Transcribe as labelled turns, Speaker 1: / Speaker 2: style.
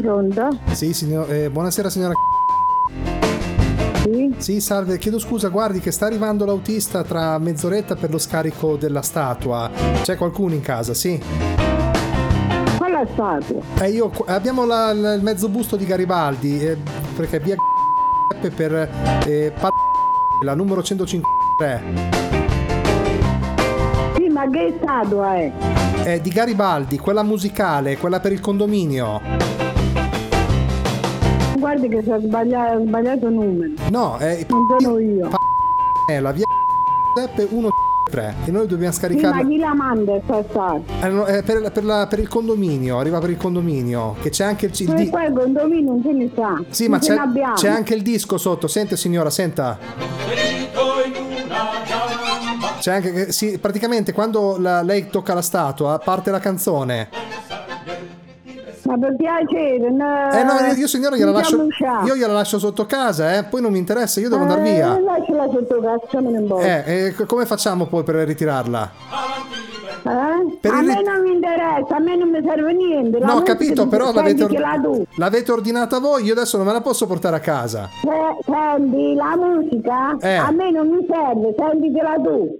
Speaker 1: Pronto?
Speaker 2: Sì, signor, eh, buonasera signora.
Speaker 1: Sì?
Speaker 2: Sì, salve, chiedo scusa, guardi che sta arrivando l'autista tra mezz'oretta per lo scarico della statua. C'è qualcuno in casa, sì?
Speaker 1: Qual è stato?
Speaker 2: Eh, io qu- abbiamo la- la- il mezzo busto di Garibaldi, eh, perché via per eh, pa- la numero 153.
Speaker 1: Sì, ma che statua è? eh?
Speaker 2: È Eh, di Garibaldi, quella musicale, quella per il condominio.
Speaker 1: Guardi che si è sbagliato, sbagliato numero.
Speaker 2: No, è
Speaker 1: Non sono io.
Speaker 2: è la via Giuseppe 153 e noi dobbiamo
Speaker 1: Sì, ma
Speaker 2: scaricarla
Speaker 1: chi la manda sta statua?
Speaker 2: Eh, no, eh, per, per la- per il condominio, arriva per il condominio, che c'è anche il, il
Speaker 1: E
Speaker 2: di-
Speaker 1: poi il condominio non se ne sa.
Speaker 2: Sì, ma
Speaker 1: non
Speaker 2: c'è,
Speaker 1: ce n'abbiamo.
Speaker 2: c'è anche il disco sotto. Senta, signora, senta. C'è anche. Sì, praticamente quando la- lei tocca la statua parte la canzone.
Speaker 1: Ma per piacere, no.
Speaker 2: Eh no, io signora gliela
Speaker 1: Mica
Speaker 2: lascio.
Speaker 1: bruciare.
Speaker 2: Io gliela lascio sotto casa, eh. Poi non mi interessa, io devo andare
Speaker 1: Eh,
Speaker 2: via.
Speaker 1: Lasciala sotto casa, me ne importa. Eh?
Speaker 2: Eh, eh, co- come facciamo poi per ritirarla? Per
Speaker 1: Eh? a
Speaker 2: il
Speaker 1: me
Speaker 2: rit-
Speaker 1: non mi interessa, a me non mi serve niente. la
Speaker 2: No, ho
Speaker 1: musica
Speaker 2: capito,
Speaker 1: ti-
Speaker 2: però l'avete,
Speaker 1: senti che la tu.
Speaker 2: or- l'avete ordinata voi, io adesso non me la posso portare a casa.
Speaker 1: Se- Senti, la musica
Speaker 2: Eh.
Speaker 1: a me non mi serve, sentitela tu.